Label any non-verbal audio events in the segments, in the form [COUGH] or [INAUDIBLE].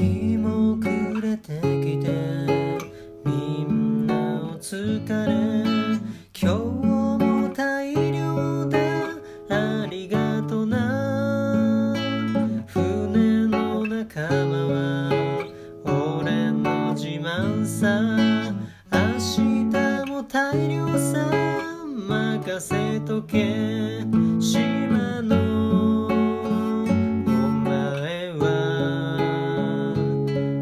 日も暮れてきてみんなお疲れ今日も大量だありがとな船の仲間は俺の自慢さ明日も大量さ任せとけ島のお前は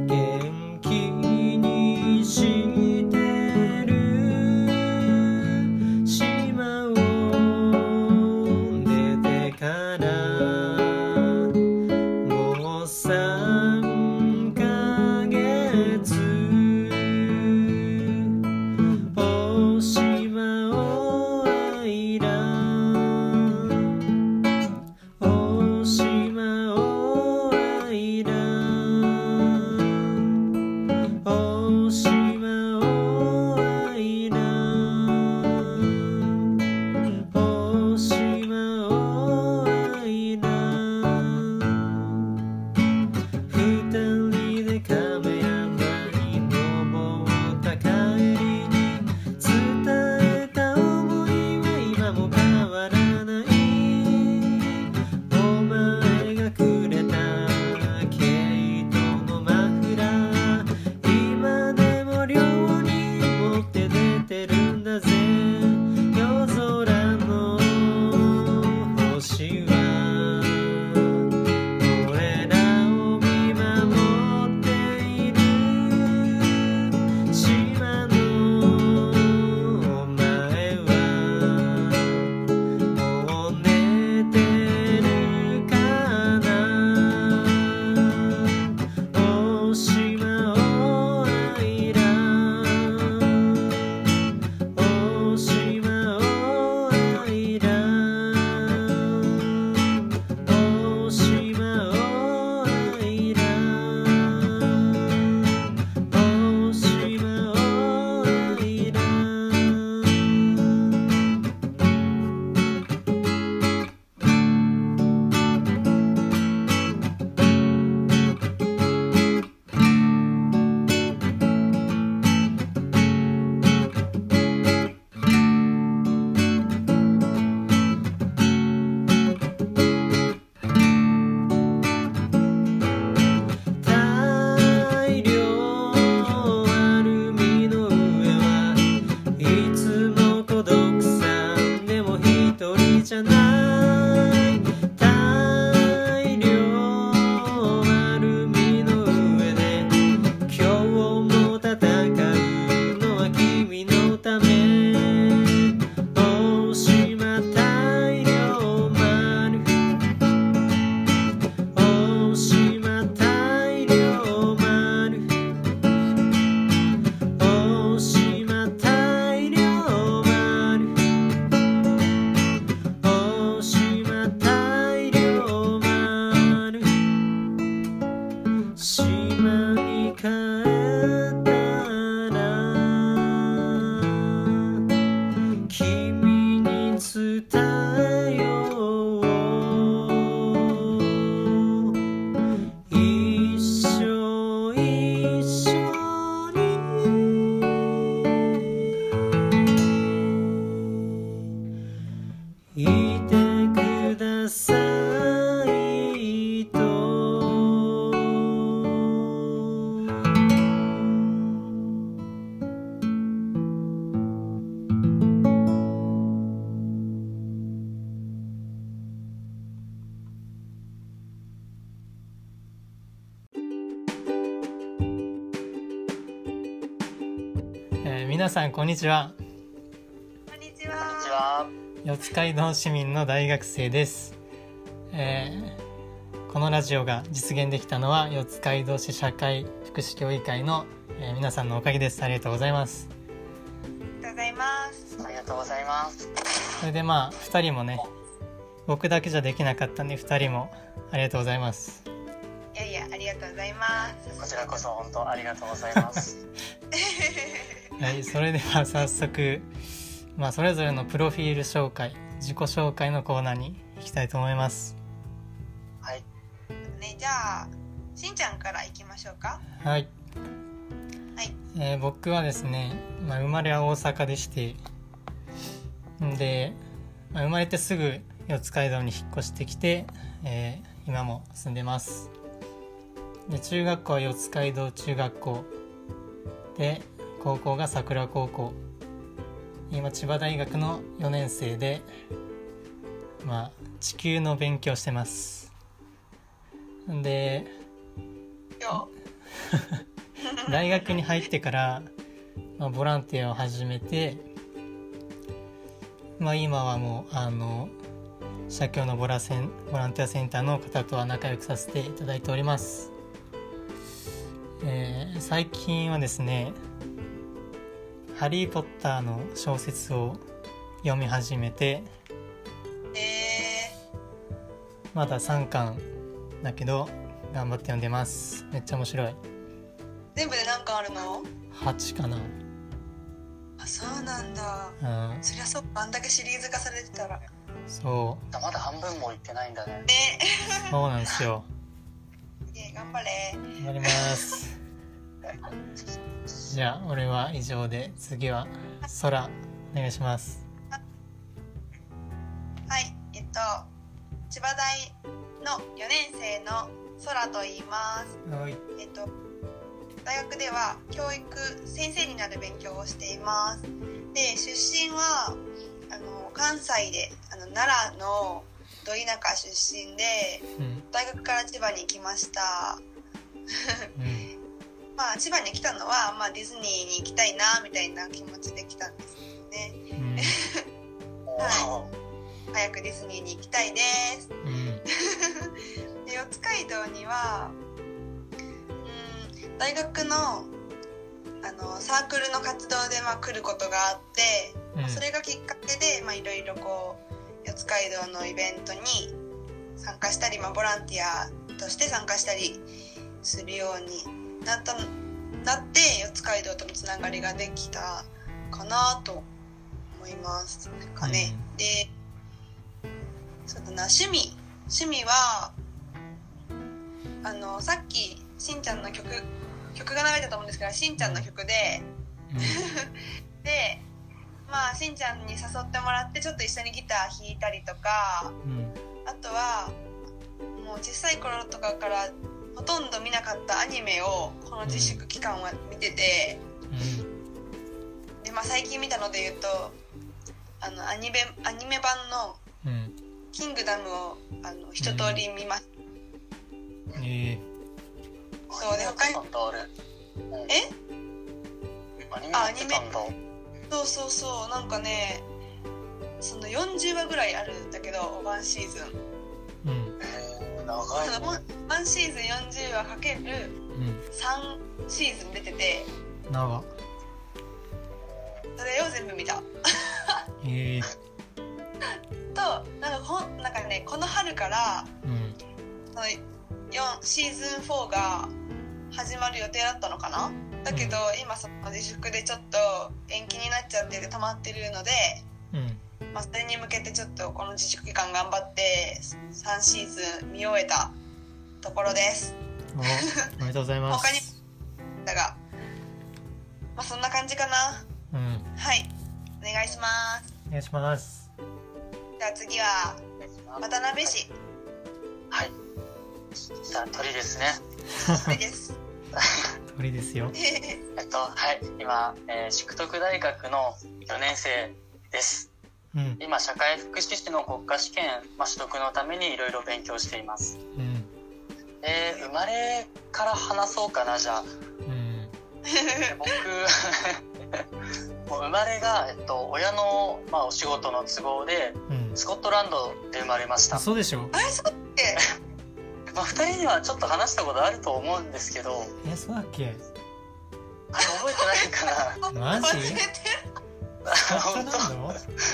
元気にしてる島を出てからもう三ヶ月おしまおあいらおしまおあいらおしまおあいらおしまおあいら二人で亀山に登った帰りに伝えた思いは今も変わらないお前がくれた毛糸のマフラー今でも両に持って出てるんだぜ夜空の星は俺らを見守っている島のお前はもう寝てるかなお島をあいらお島をあいらお島をあいらおしまおいら大量アルミの上はいつも孤独さんでも一人じゃない大量アルミの上で今日も戦うのは君のため大島大量丸大島大漁丸大島大漁丸大島大漁丸島に帰ったら君に伝えよう一生一緒にいてくださいとえー皆さんこんにちはこんにちは。こんにちは。四街道市民の大学生です、えーこのラジオが実現できたのは四街道市社会福祉協議会の、えー皆さんのおかげですありがとうございますありがとうございます。ありがとうございます。それでまあ2人もね僕だけじゃできなかったんで2人もありがとうございますいやいや、ありがとうございます。こちらこそ本当ありがとうござい [LAUGHS] ます。はい、それで [LAUGHS] は早速、まあ、それぞれのプロフィール紹介自己紹介のコーナーに行きたいと思いますはい。ね、じゃあ、しんちゃんから行きましょうか。はい、はいえー僕はですね、まあ、生まれは大阪でしてんで、まあ、生まれてすぐ四街道に引っ越してきて、えー今も住んでますで中学校は四街道中学校で高校が桜高校今千葉大学の4年生でまあ地球の勉強してますんでよ大学に入ってから、まあ、ボランティアを始めて、まあ、今はもうあの社協のボラセンボランティアセンターの方とは仲良くさせていただいております、えー最近はですね「ハリー・ポッター」の小説を読み始めてう。えまだ3巻だけど頑張って読んでますめっちゃ面白いー、全部で何巻あるの8かなあ、そうなんだ。うんそりゃそっか、あんだけシリーズ化されてたら。ね。そまだ半分も行ってないんだね。うそうなんですよいえ、頑張れ。頑張ります。じゃあ俺は以上で次は空お願いします。はい、えっと、千葉大の4年生の空と言います。はい。えっと、大学では教育先生になる勉強をしています。で、出身はあの関西であの奈良のど田舎出身でうん大学から千葉に来ました。うんまあ千葉に来たのはまあディズニーに行きたいなみたいな気持ちで来たんですけどね。うんおはー早くディズニーに行きたいです。うんで四街道にはうん大学のあのサークルの活動で、まあ、来ることがあって、うんそれがきっかけでまあいろいろこう四街道のイベントに参加したり、まあ、ボランティアとして参加したりするようになったなって四街道とのつながりができたかなと思いますかね。でそうだな趣味趣味はあのさっきしんちゃんの曲曲が流れたと思うんですけどしんちゃんの曲ででまあしんちゃんに誘ってもらってちょっと一緒にギター弾いたりとかうんあとはもう小さい頃とかからほとんど見なかったアニメをこの自粛期間は見ててで、まあ、最近見たので言うとあのアニメアニメ版のうんうん「キングダム」をあの一通り見ました、うんえそうね他にアニメやってたんだあれ。うんえアニメやってたんだ。そうそうそうなんかねその40話ぐらいあるんだけどワンシーズンーうんえー長いそのね。ワンワンシーズン40話かける3シーズン出ててうん長それを全部見たとえーなんかほんなんかねこの春からうんその4シーズン4が始まる予定だったのかなだけど今その自粛でちょっと延期になっちゃってて止まってるので、うんまあ、それに向けてちょっとこの自粛期間頑張って3シーズン見終えたところですおおめでとうございま他にす。だが、まあ、そんな感じかな。うんはい、お願いします。お願いします。じゃあ次は渡辺市はい。じゃあ鳥ですね。鳥です。 [LAUGHS] 鳥ですよ。えっとはい今、えー、淑徳大学の4年生です。うん今社会福祉士の国家試験、まあ、取得のためにいろいろ勉強しています。うんえー生まれから話そうかなじゃあ。うん僕 [LAUGHS] もう生まれが、えっと、親の、まあ、お仕事の都合でうん。スコットランドで生まれました、そうでしょ。あれそうだっけ？まあ、2人にはちょっと話したことあると思うんですけどえそうだっけ。あ覚えてない [LAUGHS] かマなジ忘れてる。本本当なの？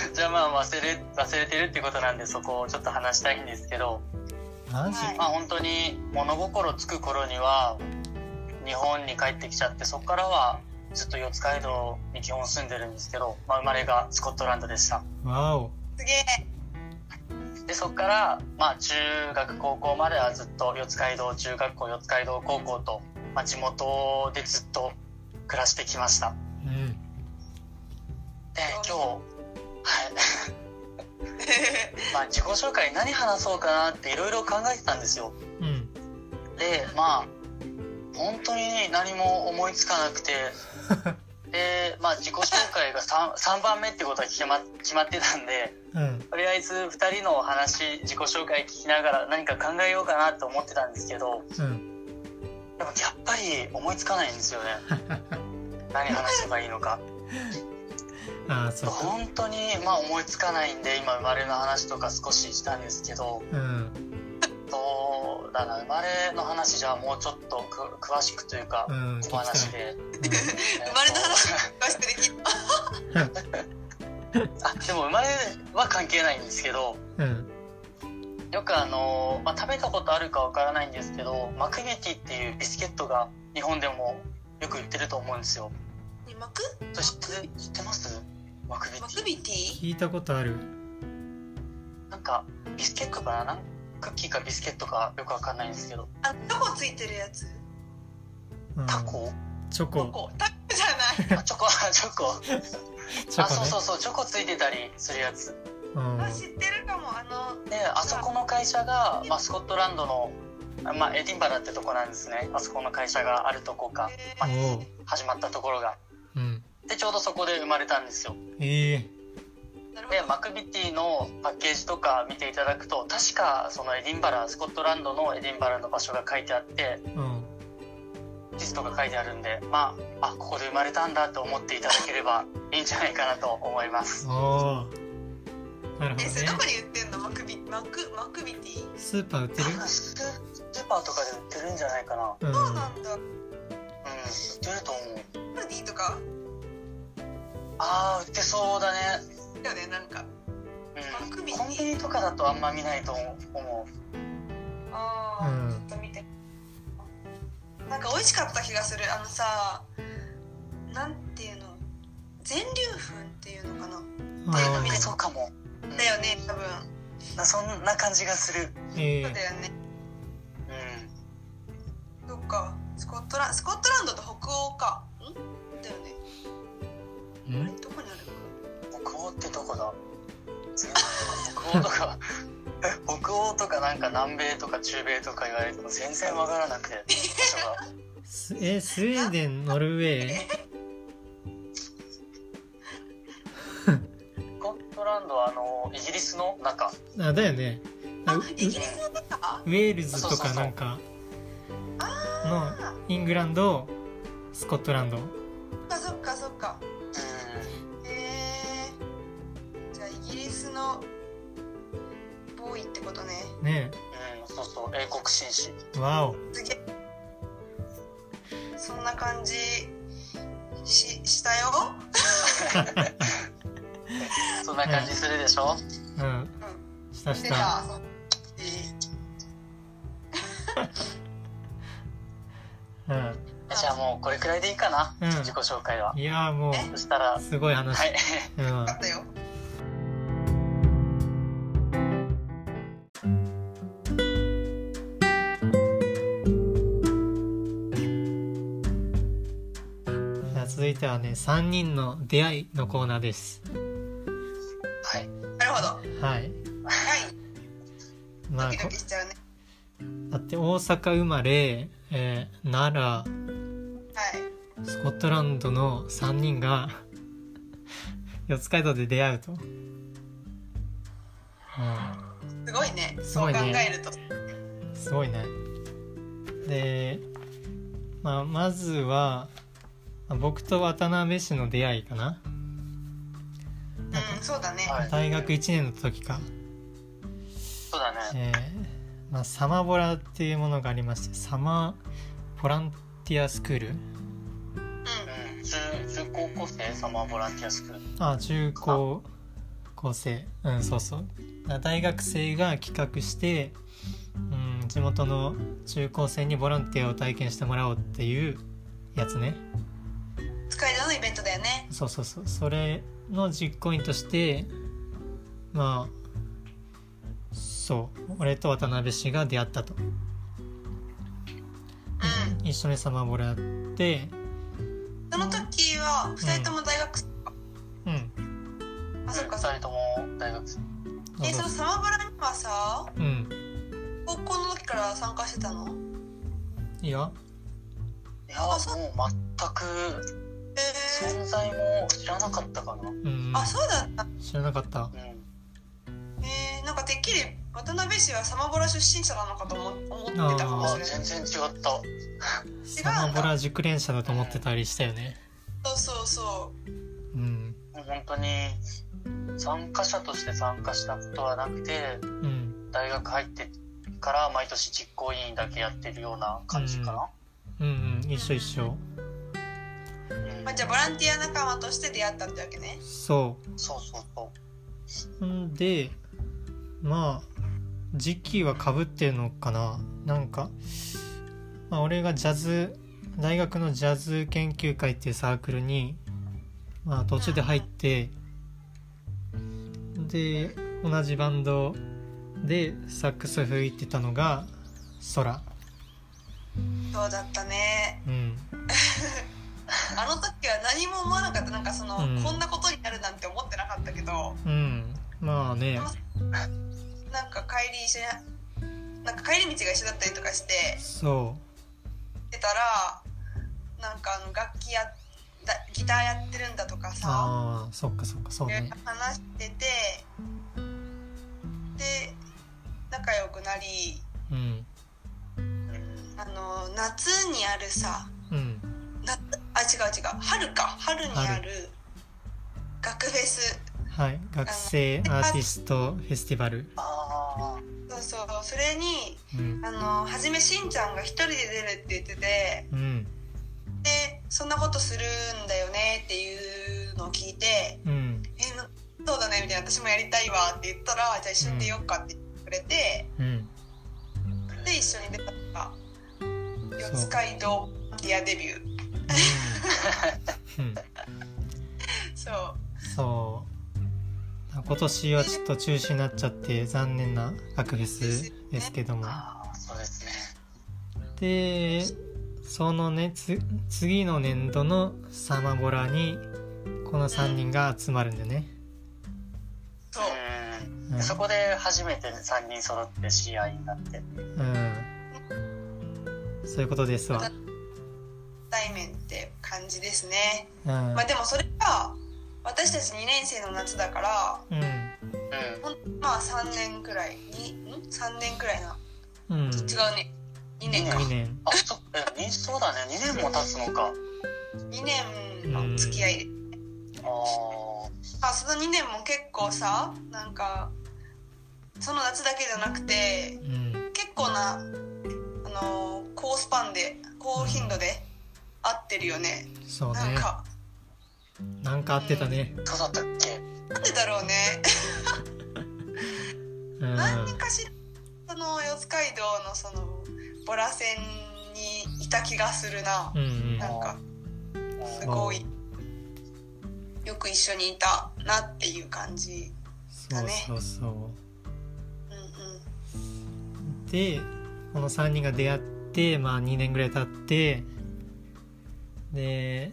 当じゃあまあ忘れ忘れてるってことなんでそこをちょっと話したいんですけど、マジ？はいまあ、本当に物心つく頃には日本に帰ってきちゃってそこからはずっと四街道に基本住んでるんですけど、まあ、生まれがスコットランドでした。わお。すげえ。でそこから、まあ、中学高校まではずっと四街道中学校四街道高校と、まあ、地元でずっと暮らしてきましたうんで今日はい [LAUGHS] まあ自己紹介何話そうかなっていろいろ考えてたんですようんでまあ本当に何も思いつかなくてでまあ自己紹介が 3, 3番目ってことは決ま決まってたんでうんとりあえず2人のお話自己紹介聞きながら何か考えようかなと思ってたんですけどうんでもやっぱり思いつかないんですよね何話せばいいのかああそうか本当にまあ思いつかないんで今生まれの話とか少ししたんですけどうんそうだな生まれの話じゃあもうちょっとく詳しくというかうん聞き小た話いで生まれの話詳しくできる [LAUGHS] あでも生まれは関係ないんですけどうんうんよくあの、まあ、食べたことあるかわからないんですけどマクゲティっていうビスケットが日本でもよく売ってると思うんですよねマクそれ知って知ってますマクゲテマクィビティ聞いたことあるなんかビスケットかななんクッキーかビスケットかよくわかんないんですけどあタコついてるやつうんタコチョタココタコじゃあチョコ [LAUGHS] チョコチあョそコうそねうそうチョコついてたりするやつうんないあ知ってるかもあのであそこの会社が、まあ、スコットランドの、あまあ、エディンバラってとこなんですねあそこの会社があるとこかえまあおう始まったところがうんでちょうどそこで生まれたんですよええーなるほでどマクビティのパッケージとか見ていただくと確かそのエディンバラスコットランドのエディンバラの場所が書いてあってうん地図とか書いてあるんでまああここで生まれたんだと思っていただければいいんじゃないかなと思いますおおなるほどえねそれどこに売ってんのマクビマクマクビティスーパー売ってるスーパーとかで売ってるんじゃないかなうんそうなんだうん売ってると思うメロディーとかああ売ってそうだねだよねなんかうんマクビティコンビニとかだとあんま見ないと思ああ、うんちょっと見てなんか美味しかった気がするあのさなんていうの全粒粉っていうのかなうあうんーそうかもだよね多分なそんな感じがするえそうえだよねうんそっかスコットランスコットランドと北欧かんだよねあれんどこにあるの北欧ってどこだ全然北欧とか [LAUGHS] え北欧とかなんか南米とか中米とか言われても全然わからなくて場所がすえスウェーデンノルウェースコットランドはあのイギリスの中あだよねああウイギリスの中ウェールズとかなんかのイングランドスコットランドあそっかそっかうんへえじゃあイギリスのボーイってことねねうんそうそう英国紳士えわおすげえそんな感じししたよそんな感じするでしょ、うんしたし出たたうんえじゃあもうこれくらいでいいかな、うん自己紹介はいやーもそしたらうすごいは話いうんあったよじゃあ続いてはね3人の出会いのコーナーですはいなるほどははいいまドあキドこキしちゃうねだって大阪生まれ、えー奈良はいスコットランドの3人が四街道で出会うと、すごいねすそごうい考ねえるとうん、すごいねで、まあ、まずはまあ僕と渡辺氏の出会いかなうんそうだねはい大学1年の時か、そうだえねーまあ、サマボラっていうものがありましてサマボランティアスクールううん中中高校生サマーボランティアスクールあ中高校生うんそうそうだ大学生が企画して、うん、地元の中高生にボランティアを体験してもらおうっていうやつねん使い道のイベントだよねそうそうそうそれの実行委員としてまあそう俺と渡辺氏が出会ったとうん一緒にサマボラやってその時は2人とも大学生、うんあそっかそっか二人とも大学生そうえそそのうサマブラにはさうん高校の時から参加してたのいいよいやもう全くえー、存在も知らなかったかなううんあそうだった知らなかったんえー、なんかてっきり渡辺氏はサマブラ出身者なのかと思思ってたかもあしれない全然違ったサマボラ熟練者だと思ってたりしたよねそうそうそうんもう本当に参加者として参加したことはなくてうん大学入ってから毎年実行委員だけやってるような感じかうんうん一緒一緒な、うんう、まあ、じゃあボランティア仲間として出会ったってわけねそそうそうそううんでまあ時期はかぶってるのかななんか、まあ、俺がジャズ大学のジャズ研究会っていうサークルに、まあ、途中で入ってで同じバンドでサックス吹いてたのが空そうだったねうんあの時は何も思わなかったなんかその、うんこんなことになるなんて思ってなかったけどうんまあねなんか帰り一緒になんか帰り道が一緒だったりとかしてそしてたらなんかあの楽器やだギターやってるんだとかうさああそっかそっかそういろいろね話しててで仲良くなりうんあの夏にあるさうん夏あ違う違う春か春にある学フェスはい学生アーティストフェスティバルあそうそうそれにうんあの初めしんちゃんが一人で出るって言っててうんでそんなことするんだよねっていうのを聞いてうん「えなそうだね」みたいな「私もやりたいわ」って言ったら「じゃあ一緒に出ようか」って言ってくれて、うんで一緒に出たのが四街道ギアデビューうんそうそう今年はちょっと中止になっちゃって残念な学フェスですけどーもあーそうですねでそのねつ次の年度のサマボラにこの3人が集まるんでね、そううんうんそこで初めて3人揃って試合になってうん、そういうことですわ、対面って感じですねうんまあでもそれが私たち2年生の夏だからうんうほんまあ3年くらいにん3年くらいなうん、違2うね2年か年年んあそえにそうだね2年も経つのか2年の付き合いであああその2年も結構さなんかその夏だけじゃなくてうん結構な、あのー高スパンで高頻度で会ってるよねそうねなんかなんか合ってたねそうだったっけなんでだろうね、うん何かしらその四街道のそのボラ線にいた気がするなう、んなんかすごいよく一緒にいたなっていう感じそうそうそううんうんでこの3人が出会って、まあ、2年ぐらい経ってで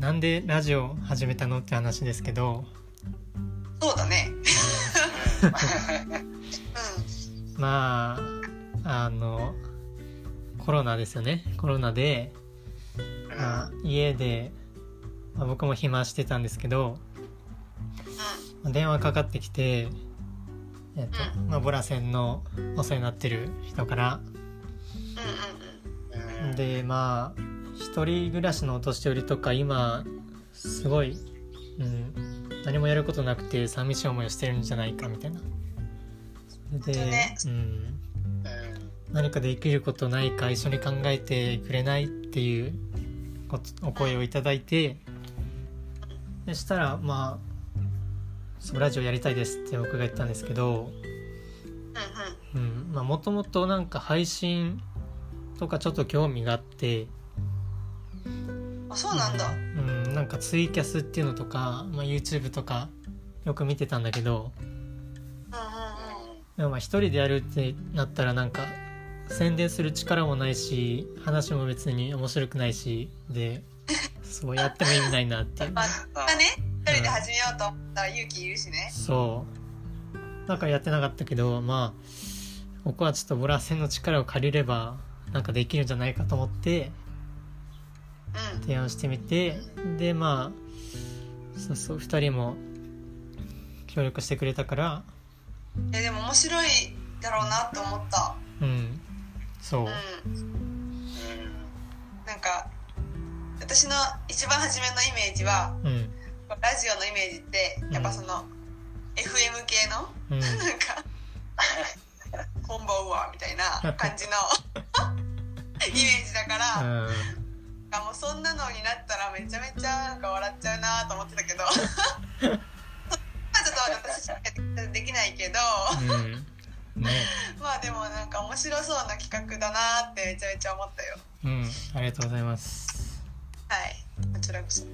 なんでラジオ始めたのって話ですけどそうだ [LAUGHS] ねまああのコロナですよねコロナで、うんうんまあ家で、まあ僕も暇してたんですけどうん電話かかってきて、えっとまあ、ボラ線のお世話になってる人からうんうんうんうんでまあ一人暮らしのお年寄りとか今すごい、うん、何もやることなくて寂しい思いをしてるんじゃないかみたいなそれで、本当ねうん、うん何かできることないか一緒に考えてくれないっていうことお声をいただいてでしたらまあそうラジオやりたいですって僕が言ったんですけどうんうんうんまあもともとなんか配信とかちょっと興味があってあそうなんだ。うん、なんかツイキャスっていうのとか、まあ、YouTube とかよく見てたんだけどうんうんうん。うんでもまあ一人でやるってなったらなんか宣伝する力もないし話も別に面白くないしでそうやっても意味ないなっていうまあ、そんなね一人で始めようと思ったら勇気いるしねそうだからやってなかったけどまあここはちょっとボラ戦の力を借りればなんかできるんじゃないかと思ってうん提案してみてでまあそうそう2人も協力してくれたからいやでも面白いだろうなと思ったうんそううんうんなんか私の一番初めのイメージはうんラジオのイメージってやっぱその、FM 系のうんなんか「こんばんは」みたいな感じのイメージだから、うんあもうそんなのになったらめちゃめちゃなんか笑っちゃうなと思ってたけどまあちょっと私しかできないけどうんねまあでもなんか面白そうな企画だなってめちゃめちゃ思ったようんありがとうございますはいこちらこそ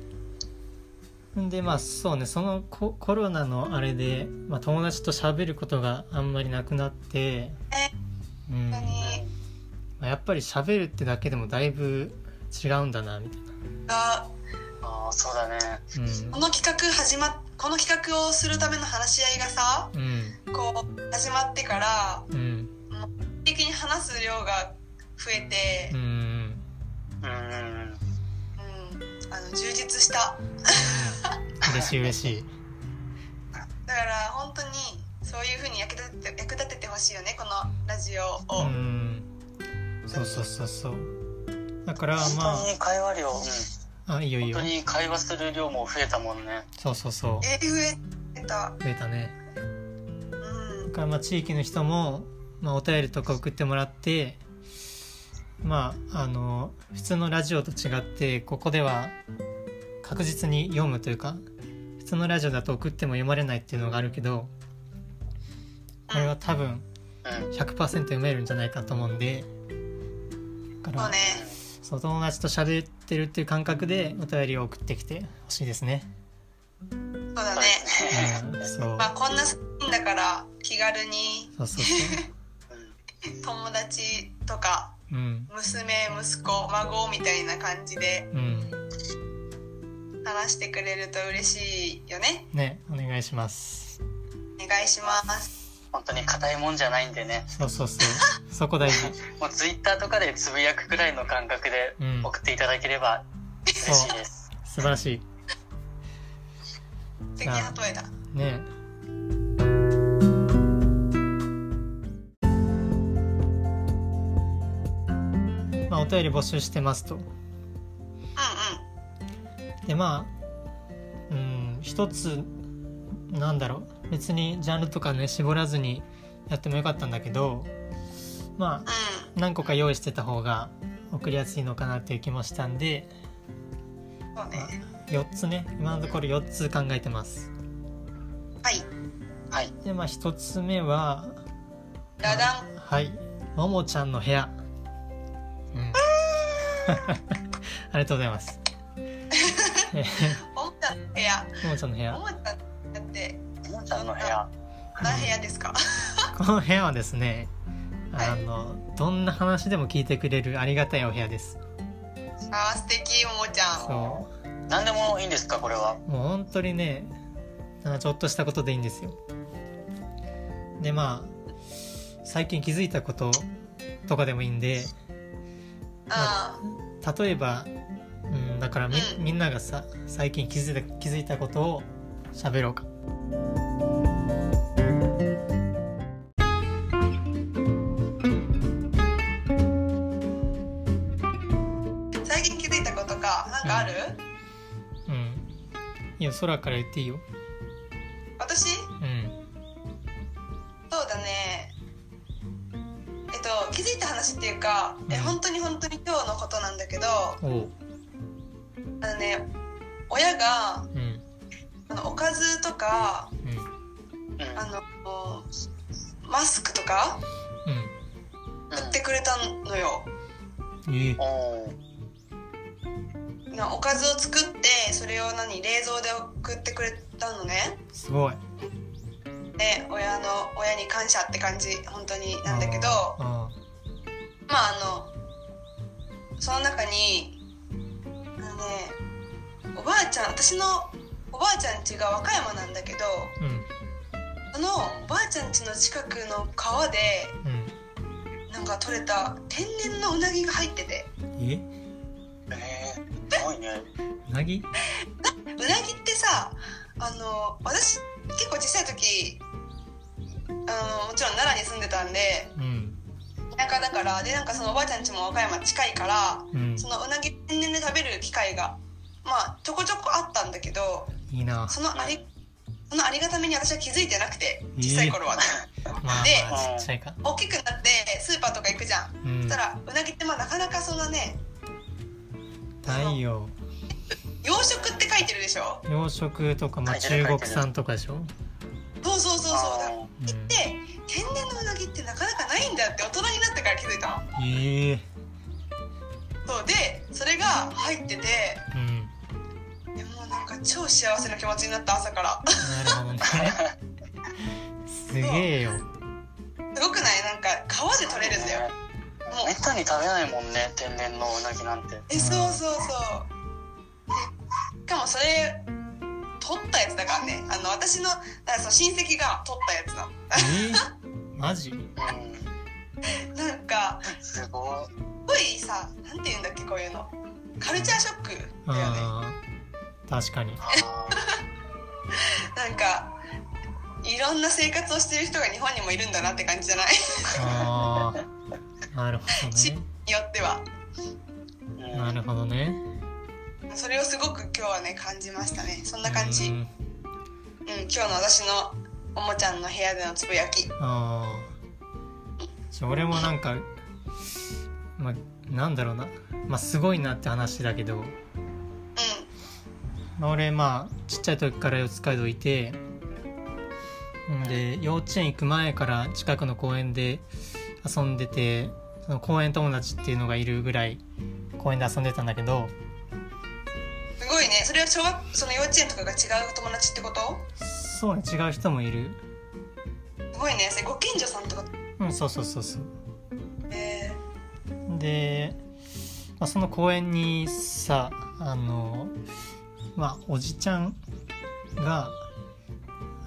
んでまあそうねそのココロナのあれで、まあ、友達と喋ることがあんまりなくなって、えうん本当まにあやっぱり喋るってだけでもだいぶ違うんだなみたいな、あああそうだねこの企画始まっこの企画をするための話し合いがさうんこう始まってからうんうん的に話す量が増えてうんう、んうんうんうん、あの充実した嬉しい嬉しいだから本当にそういう風に役立てて役立ててほしいよねこのラジオうを、んそうそうそうそうだからま本当に会話量、うんああいいよいい本よ当に会話する量も増えたもんねそうそうそうえー増えた増えたねうんだからまあ地域の人も、まあ、お便りとか送ってもらってまああの普通のラジオと違ってここでは確実に読むというか普通のラジオだと送っても読まれないっていうのがあるけどこれは多分うん100%読めるんじゃないかと思うんでだかそうらねそう友達と喋ってるっていう感覚でお便りを送ってきてほしいですね。そうだそうねですうん、ねそうまあこんな3人だから気軽にそうそうそう。うん友達とかうん娘息子孫みたいな感じでうん話してくれると嬉しいよねねお願いします。お願いします本当に硬いもんじゃないんでねそうそうそう。そこ大事。もうツイッターとかでつぶやくくらいの感覚でうん送っていただければ嬉しいです、素晴らし素敵な例えだい。ねえまあ、お便り募集してますと。うで、まあ、うん、一つ、なんだろう。別にジャンルとかね、絞らずにやってもよかったんだけど、まあ、んうんうん何個か用意してた方が送りやすいのかなっていう気もしたんで、そうね。 4つね、今のところ4つ考えてます。はい。はいでまあ一つ目はラダン。はいももちゃんの部屋、うん [LAUGHS] ありがとうございますえおもちゃんの部屋。ーももちゃんの部お屋もちゃんだって、ももちゃんの部屋何部屋ですか。この部屋はですねはいあのどんな話でも聞いてくれるありがたいお部屋ですあー、素敵、おもちゃん。そ何でもいいんですかこれはうもう本当にねなんかちょっとしたことでいいんですよでまあ最近気づいたこととかでもいいんであ例えば、うん、だからみ,、うんん、みんながさ最近気づいた気づいたことを喋ろうかー最近気づいたことか、なんかある。うんいや空から言っていいよ私。うんそうだね。えっと、気づいた話っていうか、え、うん本当に本当に今日のことなんだけど、おうあのね。親が、うんあの、おかずとか、うんうんあの。マスクとか、売ってくれたのよ。うんえうんおーなおかずを作ってそれを何冷蔵で送ってくれたのねすごいね、親の親に感謝って感じ本当になんだけどうんうんまああのその中にあの、ね、おばあちゃん私のおばあちゃん家が和歌山なんだけどうんそのおばあちゃん家の近くの川でなんか取れた天然のうなぎが入っててええー、すごいね。うなぎうなぎってさあの私結構小さい時あのもちろん奈良に住んでたんでうん田舎だからでなんかそのおばあちゃん家も和歌山近いからうんそのうなぎ天然で食べる機会がまあちょこちょこあったんだけどいいなそのありそのありがたみに私は気づいてなくて小さい頃は、まあでまあちっちゃいか大きくなってスーパーとか行くじゃん、うんそしたらうなぎってまあなかなかそんなねないよ養殖って書いてるでしょ養殖とかまあ書いてる中国産とかでしょそうそうそうそうだあうんで天然のうなぎってなかなかないんだって大人になってから気づいたのええそうでそれが入っててうんいやもうなんか超幸せな気持ちになった朝からなるほどねすげえ [LAUGHS] よすごくないなんか川で取れるんだよもーうめったに食べないもんね、天然のうなぎなんて。えそうそうそうでしかもそれ取ったやつだからねあの私のだからその親戚が取ったやつだえマジうなんかん、すごい。すごいさなんて言うんだっけこういうのカルチャーショックだよねあー確かにあなんかいろんな生活をしてる人が日本にもいるんだなって感じじゃないああなるほどしねによってはーうんなるほどねそれをすごく今日はね感じましたねそんな感じううんん今日の私のおもちゃんの部屋でのつぶやきああ俺もなんかまあなんだろうなまあすごいなって話だけど、うまあ、俺まあちっちゃい時から四街道いてんで幼稚園行く前から近くの公園で遊んでてその公園友達っていうのがいるぐらい公園で遊んでたんだけどんすごいねそれは小学その幼稚園とかが違う友達ってことそうね違う人もいるすごいねそれご近所さんってことうんそうそうそうそうえで、まあ、その公園にさあのまあおじちゃんが、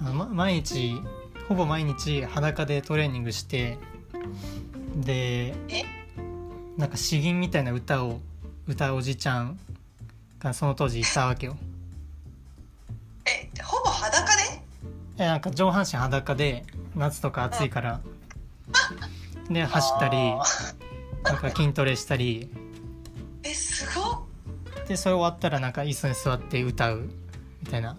あま、毎日ほぼ毎日裸でトレーニングしてでえなんか詩吟みたいな歌を歌うおじちゃんがその当時いたわけよ。 [LAUGHS] えほぼ裸でえなんか上半身裸で夏とか暑いからで走ったりあなんか筋トレしたりえすごっでそれ終わったらなんか椅子に座って歌うみたいな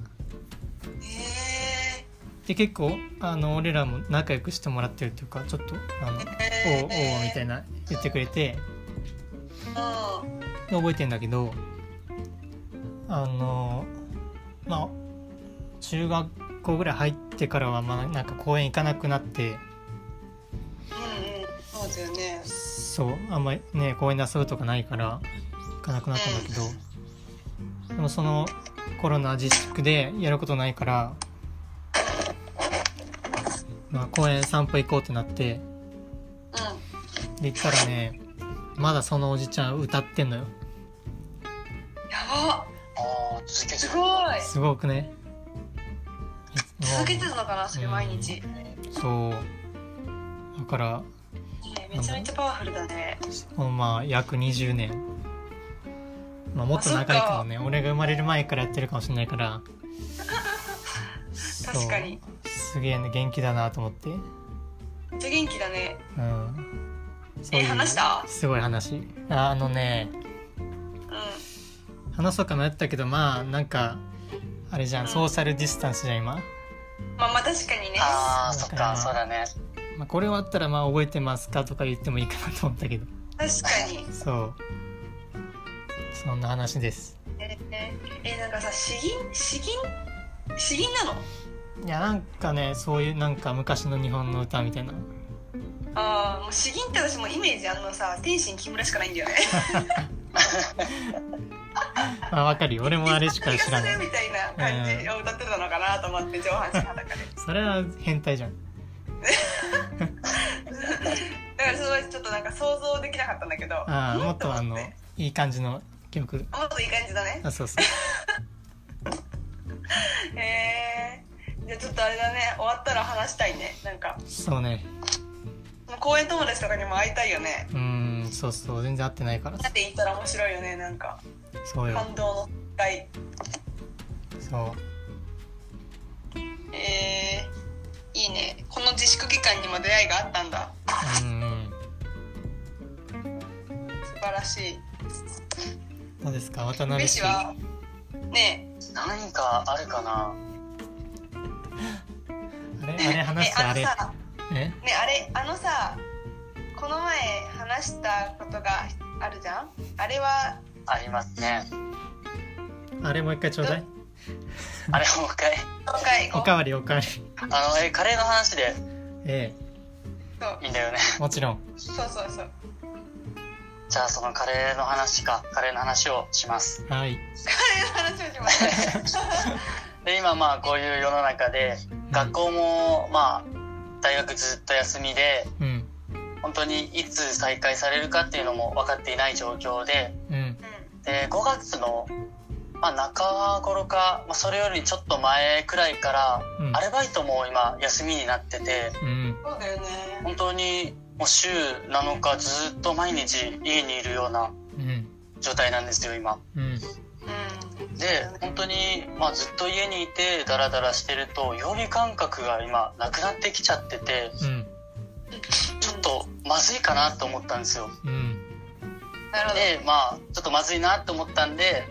えで結構あの俺らも仲良くしてもらってるっていうかちょっとあのー、 「おうおう」みたいなな言ってくれてうんで覚えてんだけどあのまあ中学校ぐらい入ってからはまあなんか公園行かなくなってうんうんそうだよねそうあんまりね公園で遊ぶとかないから行かなくなったんだけど、でもそのコロナ自粛でやることないから、まあ、公園散歩行こうってなってうんで行ったらねまだそのおじちゃん歌ってんのよやばあー、続けてする。ごいすごくね続けてたのかなそれ毎日、そうだからねめちゃめちゃパワフルだねまあ約20年、まあ、もっと長いかもね俺が生まれる前からやってるかもしれないから [LAUGHS] 確かにそうすげえね元気だなと思って、うめっちゃ元気だねん、そうえいう話したすごい話ああのねうん話そうか迷ったけどまあなんかあれじゃんソーシャルディスタンスじゃん今、まあまあ確かにねあー、そっか、そうだね。まあ、これ終わったらまあ覚えてますかとか言ってもいいかなと思ったけど確かにそうそんな話ですええなんかさ詩吟詩吟詩吟なのいやなんかねそういうなんか昔の日本の歌みたいなああもう詩吟って私もうイメージあのさ天心木村しかないんだよねまあわかるよ俺もあれしか知らない気がするみたいな感じを歌ってたのかなと思って上半身裸でそれは変態じゃんだからすごいちょっとなんか想像できなかったんだけどああもっとあのもっいい感じの曲といい感じだねあそうそうへえじゃあちょっとあれだね終わったら話したいねなんかそうねもう公園友達とかにも会いたいよねうーんそうそう全然合ってないからなんて言ったら面白いよねなんかそうよ感動の回そえー、いいねこの自粛期間にも出会いがあったんだううん素晴らしいどうですか渡メ辺シ氏はね何かあるかなあれえあれ話してあれえあのさえねあれあのさこの前話したことがあるじゃんあれはありますね。あれもう一回ちょうだいあれもう一回。今回おかわりおかわりあの、え、カレーの話でえそういいんだよね。 [LAUGHS] えもちろんそうそうそうじゃあそのカレーの話か、カレーの話をします。はいカレーの話をします [LAUGHS] で、今まあこういう世の中で、学校もまあ、大学ずっと休みで、うん本当にいつ再開されるかっていうのも分かっていない状況で、うんうで、5月の、まあ、中頃か、まあ、それよりちょっと前くらいから、うんアルバイトも今休みになってて、うんんそうだよね本当にもう週7日ずっと毎日家にいるようなうん状態なんですよ今うんうんで本当に、まあ、ずっと家にいてダラダラしてると曜日感覚が今なくなってきちゃっててうんちょっとまずいかなと思ったんですようんなるほどでまあちょっとまずいなと思ったんで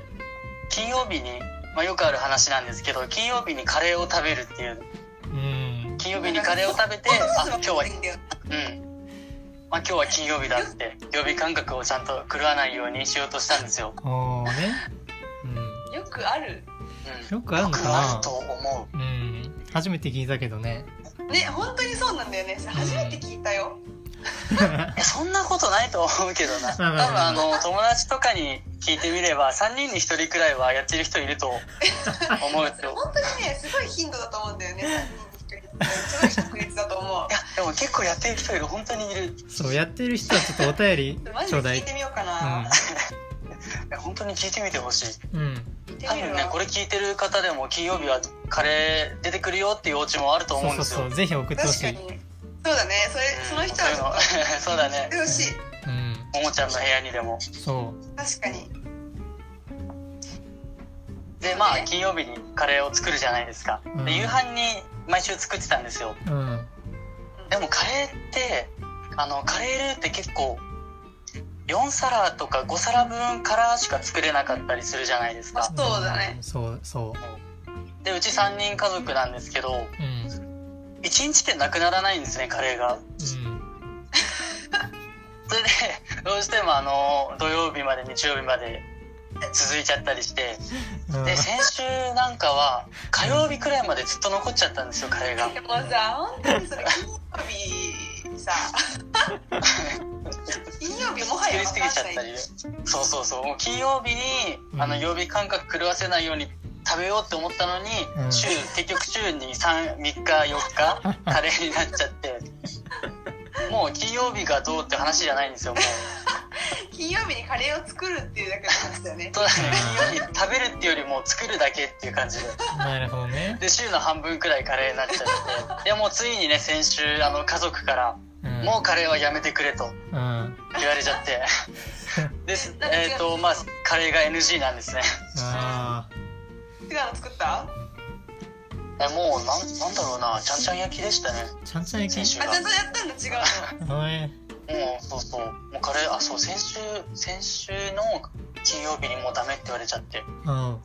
金曜日に、まあ、よくある話なんですけど金曜日にカレーを食べるっていううん金曜日にカレーを食 [LAUGHS] べてあ今日はうん。まあ、今日は金曜日だって曜日感覚をちゃんと狂わないようにしようとしたんですよ。おーねうんよくあるうん、よくあるのかあなると思うん初めて聞いたけどねね本当にそうなんだよねそれ初めて聞いたよう。いやそんなことないと思うけどな。多まあ分まあまああの友達とかに聞いてみれば3人に1人くらいはやってる人いると思 [LAUGHS] うんですよ。本当にねすごい頻度だと思うんだ [LAUGHS] よね3人に1人ってすごい確率だと思ういやでも結構やってる人いる本当にいる。いそうやってる人はちょっとお便マりちジでょうだ聞いいてみようかな、や本当に聞いてみてほしい。うんうん聞いて多みる分わ、ねこれ聞いてる方でも金曜日はカレー出てくるよっていうお家もあるとそ思ううんそでうすよそう。ぜひ送ってほ確しかいにそうだねそれその人はちょっとそういうの [LAUGHS] そうだね。よしいうんももちゃんの部屋にでも。そ確かにでまあ金曜日にカレーを作るじゃないですか、うんで夕飯に毎週作ってたんですよううんでもカレーってあのカレールーって結構4皿とか5皿分からしか作れなかったりするじゃないですかそうだねんそうそでうち3人家族なんですけうどうん1日でなくならないんですねカレーがうんそれで [LAUGHS] どうしてもあの土曜日まで日曜日まで続いちゃったりしてうんで先週なんかは火曜日くらいまでずっと残っちゃったんですよカレーがでもさ本当にそれ金曜日さ金曜日もは作やわりすかぎんなちゃっいたりそうそうそうもう金曜日に、うんあの曜日感覚狂わせないように食べようって思ったのに、うん週結局週に 3, 3日4日 [LAUGHS] カレーになっちゃってもう金曜日がどうって話じゃないんですよもう金曜日にカレーを作るっていうだけの話だよねそうだね金曜日食べるっていうよりもう作るだけっていう感じでなるほどねで週の半分くらいカレーになっちゃってでもうついにね先週あの家族からうん「もうカレーはやめてくれ」とうん言われちゃって [LAUGHS] ですえっ、とまあカレーが NG なんですねあ違うの作ったあえもうなんなんだろうなちゃんちゃん焼きでしたねーちゃんちゃん先行週ちがゃんとやったんだ違うくおいもうそうそうもうカレーあそう先週先週の金曜日にもうダメって言われちゃってうん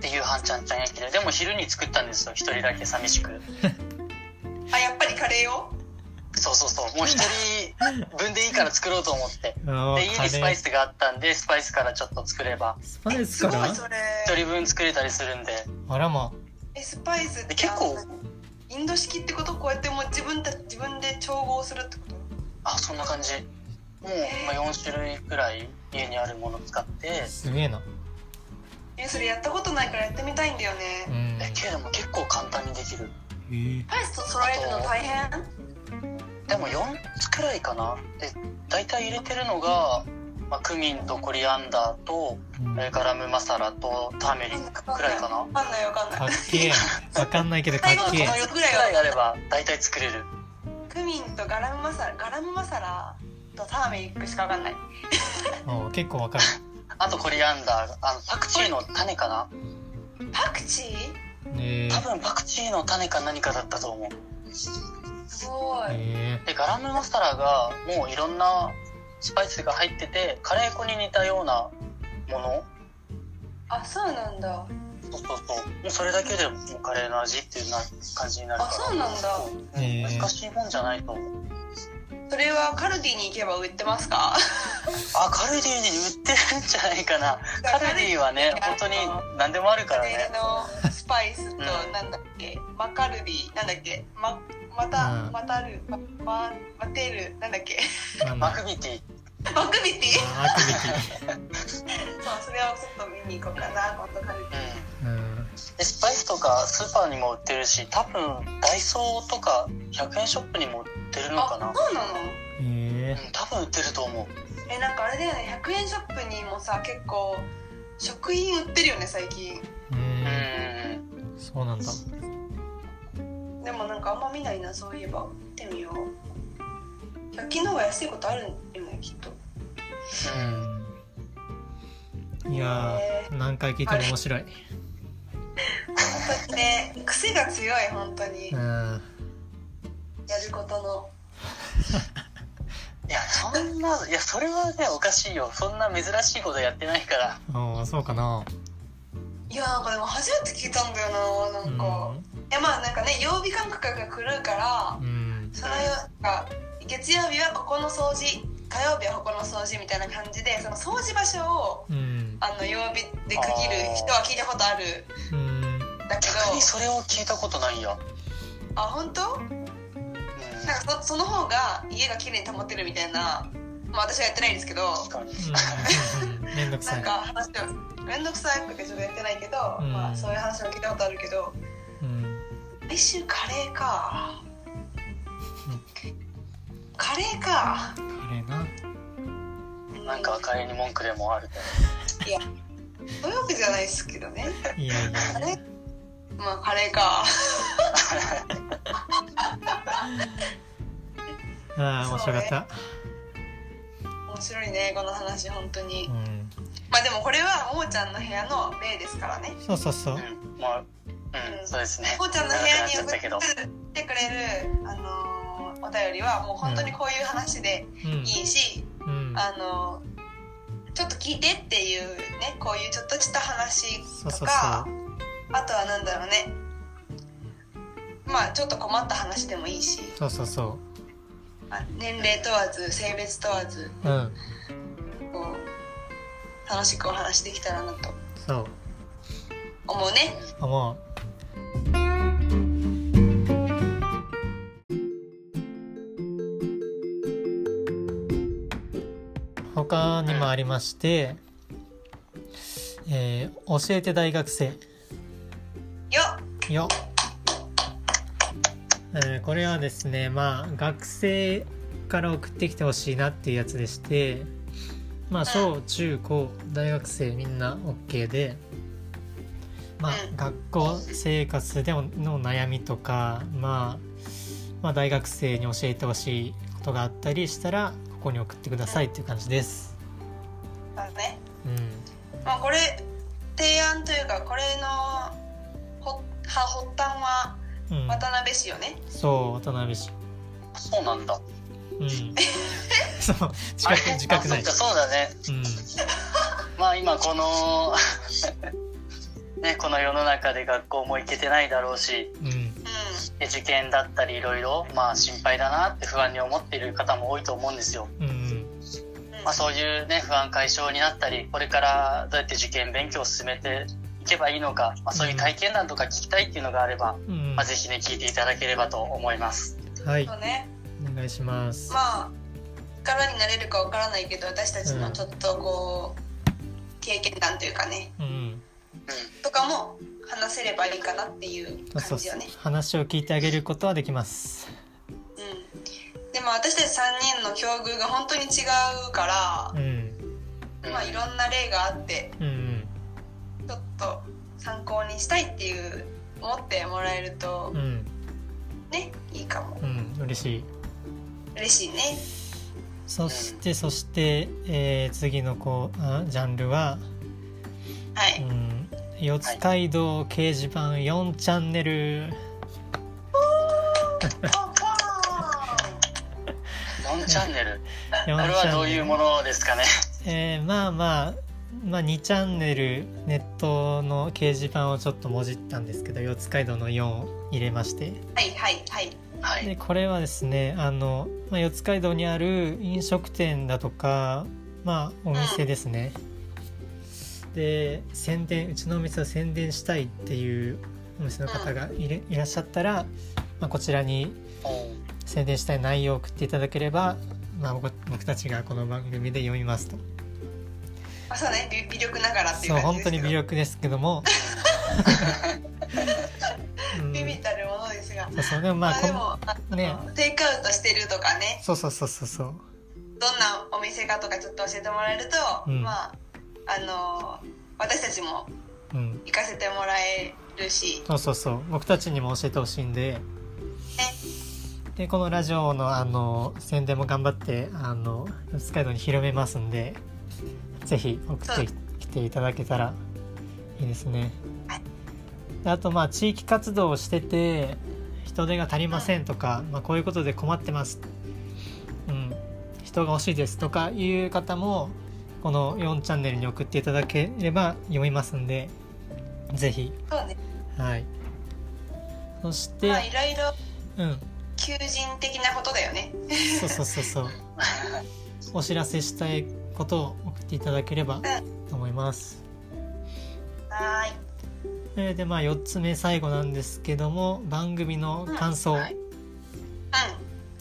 で夕飯ちゃんちゃん焼きででも昼に作ったんですよ一人だけ寂しくのあやっぱりカレーをそうそうそうもう一人分でいいから作ろうと [LAUGHS] 思っておでー家カにスパレイースがあったんでスパイスからちょっと作ればスパイスすかごいらそれ一人分作れたりするんであらまえスパイスって結構インド式ってことこうやってもう自分た自分で調合するってことあそんな感じもう、まあ、4種類くらい家にあるもの使ってすげえなえそれやったことないからやってみたいんだよねうんえけれども結構簡単にできるえパイスト揃えるの大変でも4つくらいかなで大体入れてるのが、まあ、クミンとコリアンダーとうんそれからムマサラとターメリックくらいかなわかんないわかんかなっいけえわかんないけどかっまあこけのえ4つくらいあれば大体作れるクミンとガラムマサラガラムマサラとターメリックしかわかんないおう結構わかるあとコリアンダーあのパクチーの種かなパクチーえ多分パクチーの種か何かだったと思うすごい、えでガラムマサラがもういろんなスパイスが入っててカレー粉に似たようなものあそうなんだそうそうそうもうそれだけでもうカレーの味っていうな感じになるからあそうなんだうんへー難しいもんじゃないと思うそれはカルディに行けば売ってますかあカルディに売ってるんじゃないかな [LAUGHS] カルディはね本当に何でもあるからカレねーのスパイスとうんなんだっけマカルディなんだっけままたうんまたるままマテルなんだっけ [LAUGHS] まあまマあクビティマクビティああくびきそうそれをちょっと見に行こうかな今度カルディううんんでスパイスとかスーパーにも売ってるし多分ダイソーとか100円ショップにも売ってるのかなあそうなのえうん多分売ってると思うえなんかあれだよね100円ショップにもさ結構食品売ってるよね最近えうんうんそうなんだでもなんかあんま見ないなそういえば行ってみよう100均の方が安いことあるよねきっとうんうんいやー何回聞いても面白い本当にね [LAUGHS] 癖が強い本当にうやんることのいやそんないやそれはねおかしいよそんな珍しいことやってないからああそうかないやなんかでも初めて聞いたんだよなうなんか、んいやまあなんかね曜日感覚が狂うからうんそのなんか月曜日はここの掃除火曜日はここの掃除みたいな感じでその掃除場所をうんあの曜日で区切る人は聞いたことあるうんんだけ逆にどそれを聞いたことないや、あ本当うん、なんかそその方が家が綺麗に保てるみたいな、まあ、私はやってないんですけど確かにうんめんどくなさんいか話してます面倒くさくてちょっとやってないけど、うんまあ、そういう話も聞いたことあるけどうん来週カレーかカレーかカレーななんかカレーに文句でもあるけどいやそういうわけじゃないですけどねいやいカレやーまあカレーかああ面白かった面白いねこの話本当にうんまあでもこれはももちゃんの部屋の例ですからねそうそうそううんまあうんそうですねこうちゃんの部屋に長くなっちゃったけど送ってくれる、あのーお便りはもう本当にこういう話でうんいいし、うんあのーちょっと聞いてっていうねこういうちょっとしたそ話とうそうそうかあとはなんだろうねまあちょっと困った話でもいいしそうそうそあ年齢問わず性別問わずううんこう楽しくお話できたらなとそう思うね。思う他にもありまして、えー教えて大学生よっよ、えーこれはですねまあ学生から送ってきてほしいなっていうやつでしてまあ小中高大学生みんな OK でまあうん学校生活でのの悩みとか、まあ、まあ大学生に教えてほしいことがあったりしたらここに送ってくださいっていう感じです。あのねうん、まあ、これ提案というかこれのほは発端はうん、渡辺氏よね、そう渡辺氏、そうなんだ [LAUGHS] うん、そう自あれ覚自覚ないあ。そっかそうだねうんまあ今この [LAUGHS] ねこの世の中で学校も行けてないだろうしうん、うん、で受験だったりいろいろまあ心配だなって不安に思っている方も多いと思うんですよ、うん、うんまあ、そういうね不安解消になったりこれからどうやって受験勉強を進めていけばいいのか、まあ、そういう体験談とか聞きたいっていうのがあれば、うん、まあ、ぜひね聞いていただければと思いますはいそう、ねお願いします。まあ力になれるかわからないけど私たちのちょっとこう、経験談というかねうん、うとかも話せればいいかなっていうそう感じそようね。話を聞いてあげることはできますうん、でも私たち3人の境遇が本当に違うかうんら、まあ、いろんな例があってうんうんちょっと参考にしたいっていう思ってもらえるとうんねいいかもうん嬉しい嬉しいね。そしてそして、えー次のこうあジャンルは、はうい、ん、四街道掲示板4チャンネルポンポーン4チャンネル4チャンネこルれはどういうものですかねえーまあまあまあ2チャンネルネットの掲示板をちょっともじったんですけど四街道の4を入れましてはいはいはいはいでこれはですねあの、まあ、四街道にある飲食店だとか、まあ、お店ですね、で宣伝うちのお店を宣伝したいっていうお店の方がいれいらっしゃったら、まあ、こちらにお宣伝したい内容を送っていただければ、まあ、僕僕たちがこの番組で読みますとあそうね微微力ながらっていうそう本感当じですけにど魅力ですけど [LAUGHS] も、うんビビったるものですがそうそうでもままああこでんもあねのテイクアウトしてるとかねそうそうそうそうそうどんなお店かとかちょっと教えてもらえると、うんまああの私たちもうん行かせてもらえるしそうそうそう僕たちにも教えてほしいんででこのラジオのあの宣伝も頑張ってあの四街道に広めますんでぜひ送ってきていただけたらいいですねはい。であとまあ地域活動をしてて人手が足りませんとか、まあ、こういうことで困ってます、うん、人が欲しいですとかいう方もこの4チャンネルに送っていただければ読みますんでぜひそうねはい。そして、まあいろいろうん求人的なことだよねそうそうそう [LAUGHS] そう。お知らせしたいことを送っていただければと思います。はーいえーでまあ4つ目最後なんですけども番組の感想はい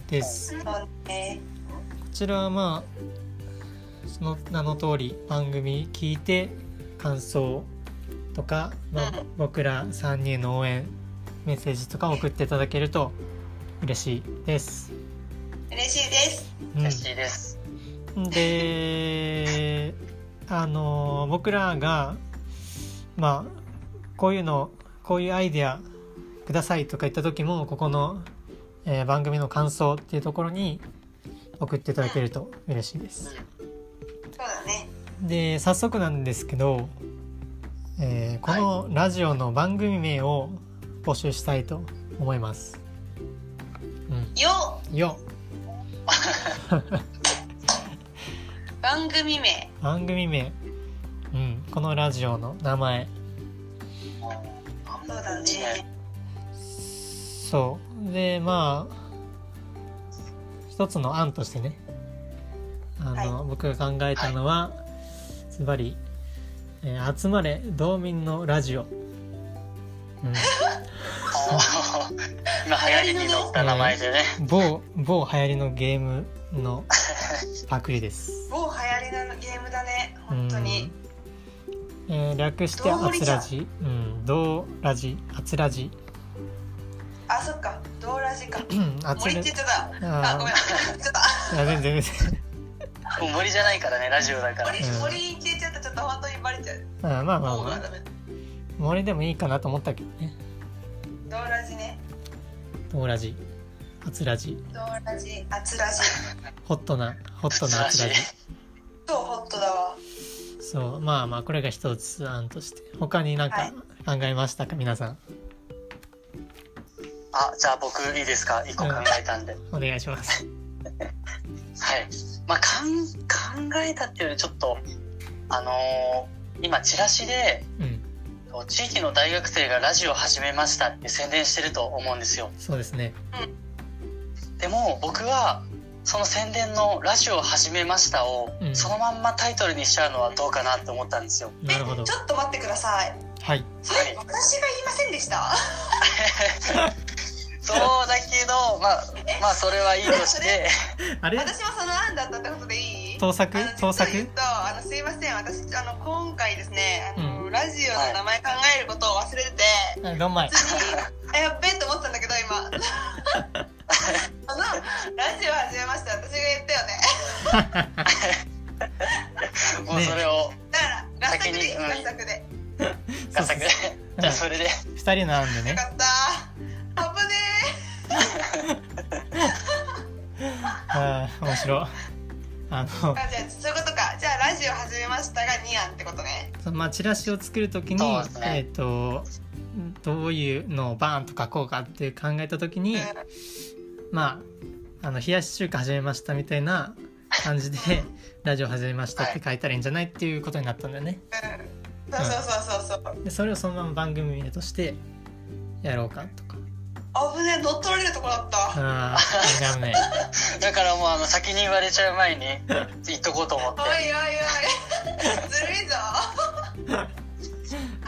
です。うこんそうねちらはまあその名の通り番組聞いて感想とか、まあうん、僕ら3人への応援メッセージとか送っていただけると嬉しいです。嬉しいですうん嬉しいですであの僕らがまあこういうのこういうアイデアくださいとか言った時もここの、えー番組の感想っていうところに送っていただけると嬉しいです。そうだねで早速なんですけど、えーこのラジオの番組名を募集したいと思います。うよん、よ番組名番組名、うん、このラジオの名前そうだねそうでまあ一つの案としてねあの、僕が考えたのは、ズバリ、えー集まれ道民のラ [LAUGHS] ジオ」うお [LAUGHS] 今流行りに乗った名前でねん、某某流行りのゲームのパクリです某流行りのゲームだね [LAUGHS] 本当に、うんえー略して「道あ盛りつじゃんラジ」うん「道ラジ」「あつラ [LAUGHS] ジ」あそっかドーラジかうん「あつ森ラってジ言ってたああごめんーちょっといや全然全 [LAUGHS] 然もう森じゃないからねラジオだから森うん森って言っちゃったらちょっと本当にバレちゃうあーまあまあもうまダあメ森でもいいかなと思ったけどねドーラジね友ラジアツラジドーラジあつらじホットなホットなアツラジ超ホットだわそうまあまあこれが一つ案として他になんはいか考えましたか、皆さんあじゃあ僕いいですか一個考えたんで、お願いしますはいまあかん考えたっていうよりちょっとあのー今チラシでうん地域の大学生がラジオを始めましたって宣伝してると思うんですよそうですねでも僕はその宣伝の「ラジオを始めましたを」うんそのまんまタイトルにしちゃうのはどうかなって思ったんですよなるほどえちょっと待ってくださいはいそれ私が言いませんでしたそうだけどまあまあそれはいいとしてあれ私もその案だったってことでいい盗作あの盗実を言作うとあのすいません私あの今回ですねあの、うララジオの名前考えることを忘れてて、あドンマイ普通に「あやっべ」って思ってたんだけど今 [LAUGHS] あのラジオ始めました私が言ったよねもうそれをだからラッサクでいい先にうんラッサクでそ合うそ作うでじゃあそれで2人の案でよねかった危ねあー面白いあのえあじゃあそういうことかじゃあラジオ始めましたが2案ってことねそのまあチラシを作るときに、そうですねえっ、とどういうのをバーンと書こうかって考えたときに、まああの冷やし中華始めましたみたいな感じでラジオ始めましたって書いたらいいんじゃないっていうことになったんだよね。うんそうそうそうそうそうでそれをそのまま番組名としてやろうかとか。危ねえ乗っ取られるとこだったああ選べない。だからもうあの先に言われちゃう前に言っとこうと思っておいおいおい [LAUGHS] ずるいぞ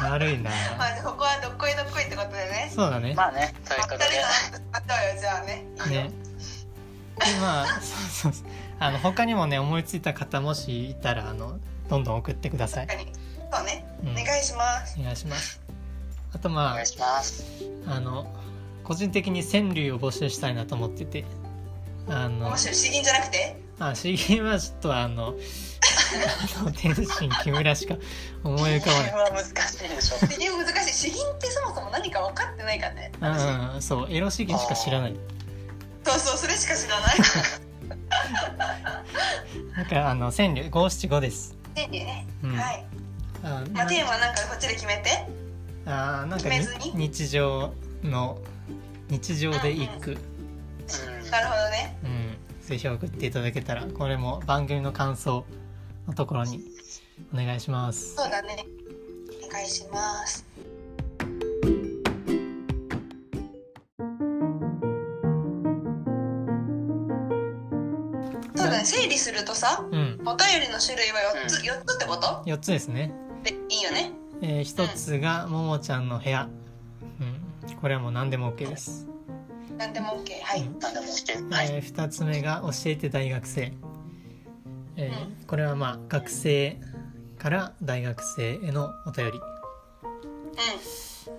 悪いな。まあここはどっこいどっこいってことでねそうだね。まあねというまこったとりでなあったよじゃあねね。でまあそうそうそうあの他にもね思いついた方もしいたらあのどんどん送ってください。確かにそうねうんお願いしますお願いします。あとおま願あいしますあの個人的に川柳を募集したいなと思ってて、あの面白い詩吟じゃなくてあ詩吟はちょっとあのあの天心木村しか思い浮かばないこ。れは難しいでしょ詩吟難しい詩吟ってそもそも何か分かってないからねうんうん、そうエロ詩吟しか知らないそうそうそれしか知らないだからあの川柳五七五です、天 [LAUGHS] 理ね、うんはい、あまなあ、テーマなんかこっちで決めてあなんかに決めずに日常の日常で行く、うんなるほどねうん、ぜひ送っていただけたらこれも番組の感想のところにお願いしますそうだねお願いしますそうだね整理するとさうんお便りの種類は4つ、うん四つってこと4つですね、でいいよねえ1つがももちゃんの部屋、うん、これはもう何でも OK です、なんでも OK はい、なんでも OK はいえ2つ目が教えて大学生、えーこれはまあ学生から大学生へのお便り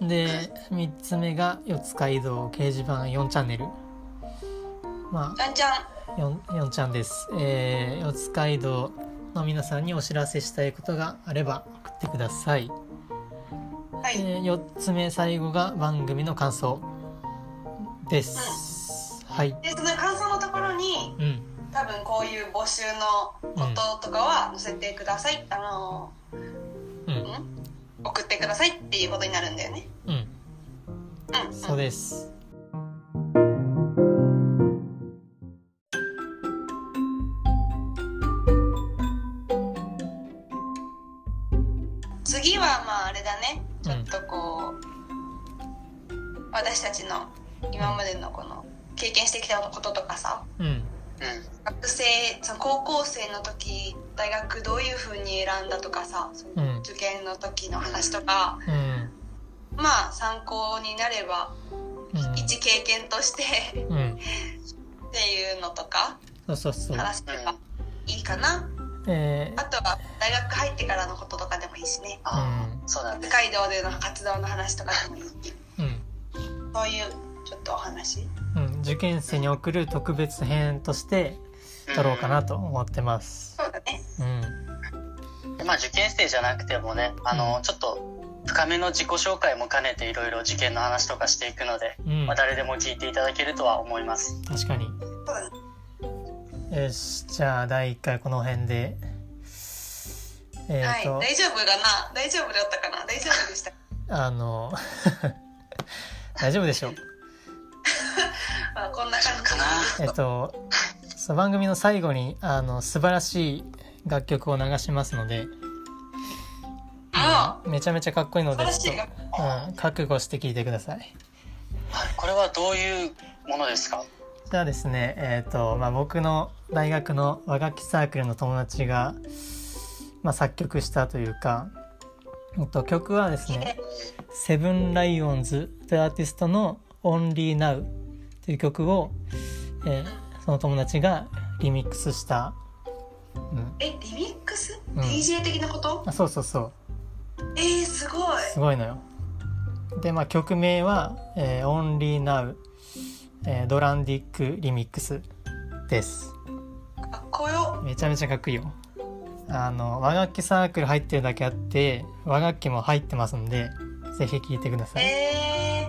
うで3つ目が四街道掲示板4チャンネルまん。ちゃんちゃん。あ 4, 4ちゃんです、えー、四街道の皆さんにお知らせしたいことがあれば送ってください、はい。えー、4つ目最後が番組の感想です、はいで、その感想のところに、うん多分こういう募集のこととかは載せてください。あのうー、んうん送ってくださいっていうことになるんだよね。うんうん、うん。そうです次はまああれだね。ちょっとこう、私たちの今までのこの経験してきたこととかさ、うんう学生、その高校生の時、大学どういう風に選んだとかさ、そのうん受験の時の話とか、うんまあ参考になればうん一経験としてっうんていうのとかそうそうそう話せればいいかなえあとは大学入ってからのこととかでもいいしねあーそうだね北海道での活動の話とかでもいいしー、うんそういうちょっとお話うん、受験生に送る特別編として撮ろうかなと思ってます。そうだねうん、まあ受験生じゃなくてもねあうの、んちょっと深めの自己紹介も兼ねていろいろ受験の話とかしていくので、うんまあ、誰でも聞いていただけるとは思います確かに。そうだねよし、じゃあ第1回この辺で。えはっ、いと、大丈夫かな大丈夫だったかな大丈夫でしたあの、大丈夫でしょう。まあこんな感じかなえっと、そう番組の最後にあの素晴らしい楽曲を流しますので、あめちゃめちゃかっこいいので、素ち晴ょっらしいと、うん、覚悟して聴いてください。これはどういうものですかじゃあですね、えっ、と、まあ、僕の大学の和楽器サークルの友達が、まあ、作曲したというか、えっと、曲はですね、セブンライオンズというアーティストの「Only Now」という曲を、えーその友達がリミックスした、うんえリミックス、ん DJ 的なことあそうそうそうえー、すごいすごいのよでまあ曲名は「えー、Only Now、えードランディックリミックス」ですかっこよめちゃめちゃかっこいいよあの和楽器サークル入ってるだけあって和楽器も入ってますんでぜひ聴いてください、え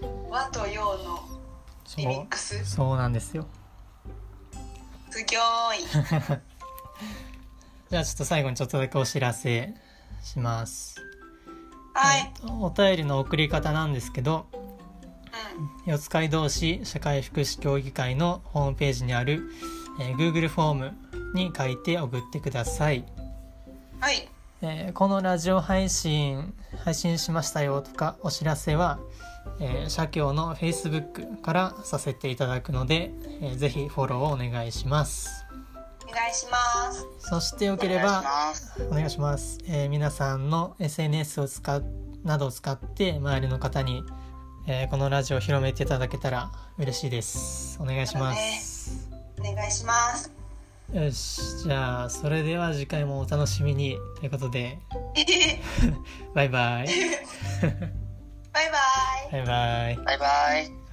えー、和と洋のリミックスすそうなんですよギョーいじゃあちょっと最後にちょっとだけお知らせしますはい、お便りの送り方なんですけどうん、四街道市社会福祉協議会のホームページにある、えー Google フォームに書いて送ってください、はいえーこのラジオ配信配信しましたよとかお知らせは、えー社協の Facebook からさせていただくので、えーぜひフォローをお願いしますお願いしますそしてよけおれ願ばいしますお願いします、えー皆さんの SNS を使うなどを使って周りの方に、えーこのラジオを広めていただけたら嬉しいですお願いします、お願いしますよしじゃあそれでは次回もお楽しみにということで [LAUGHS] えへへバイバイバイババイイバイバイバイ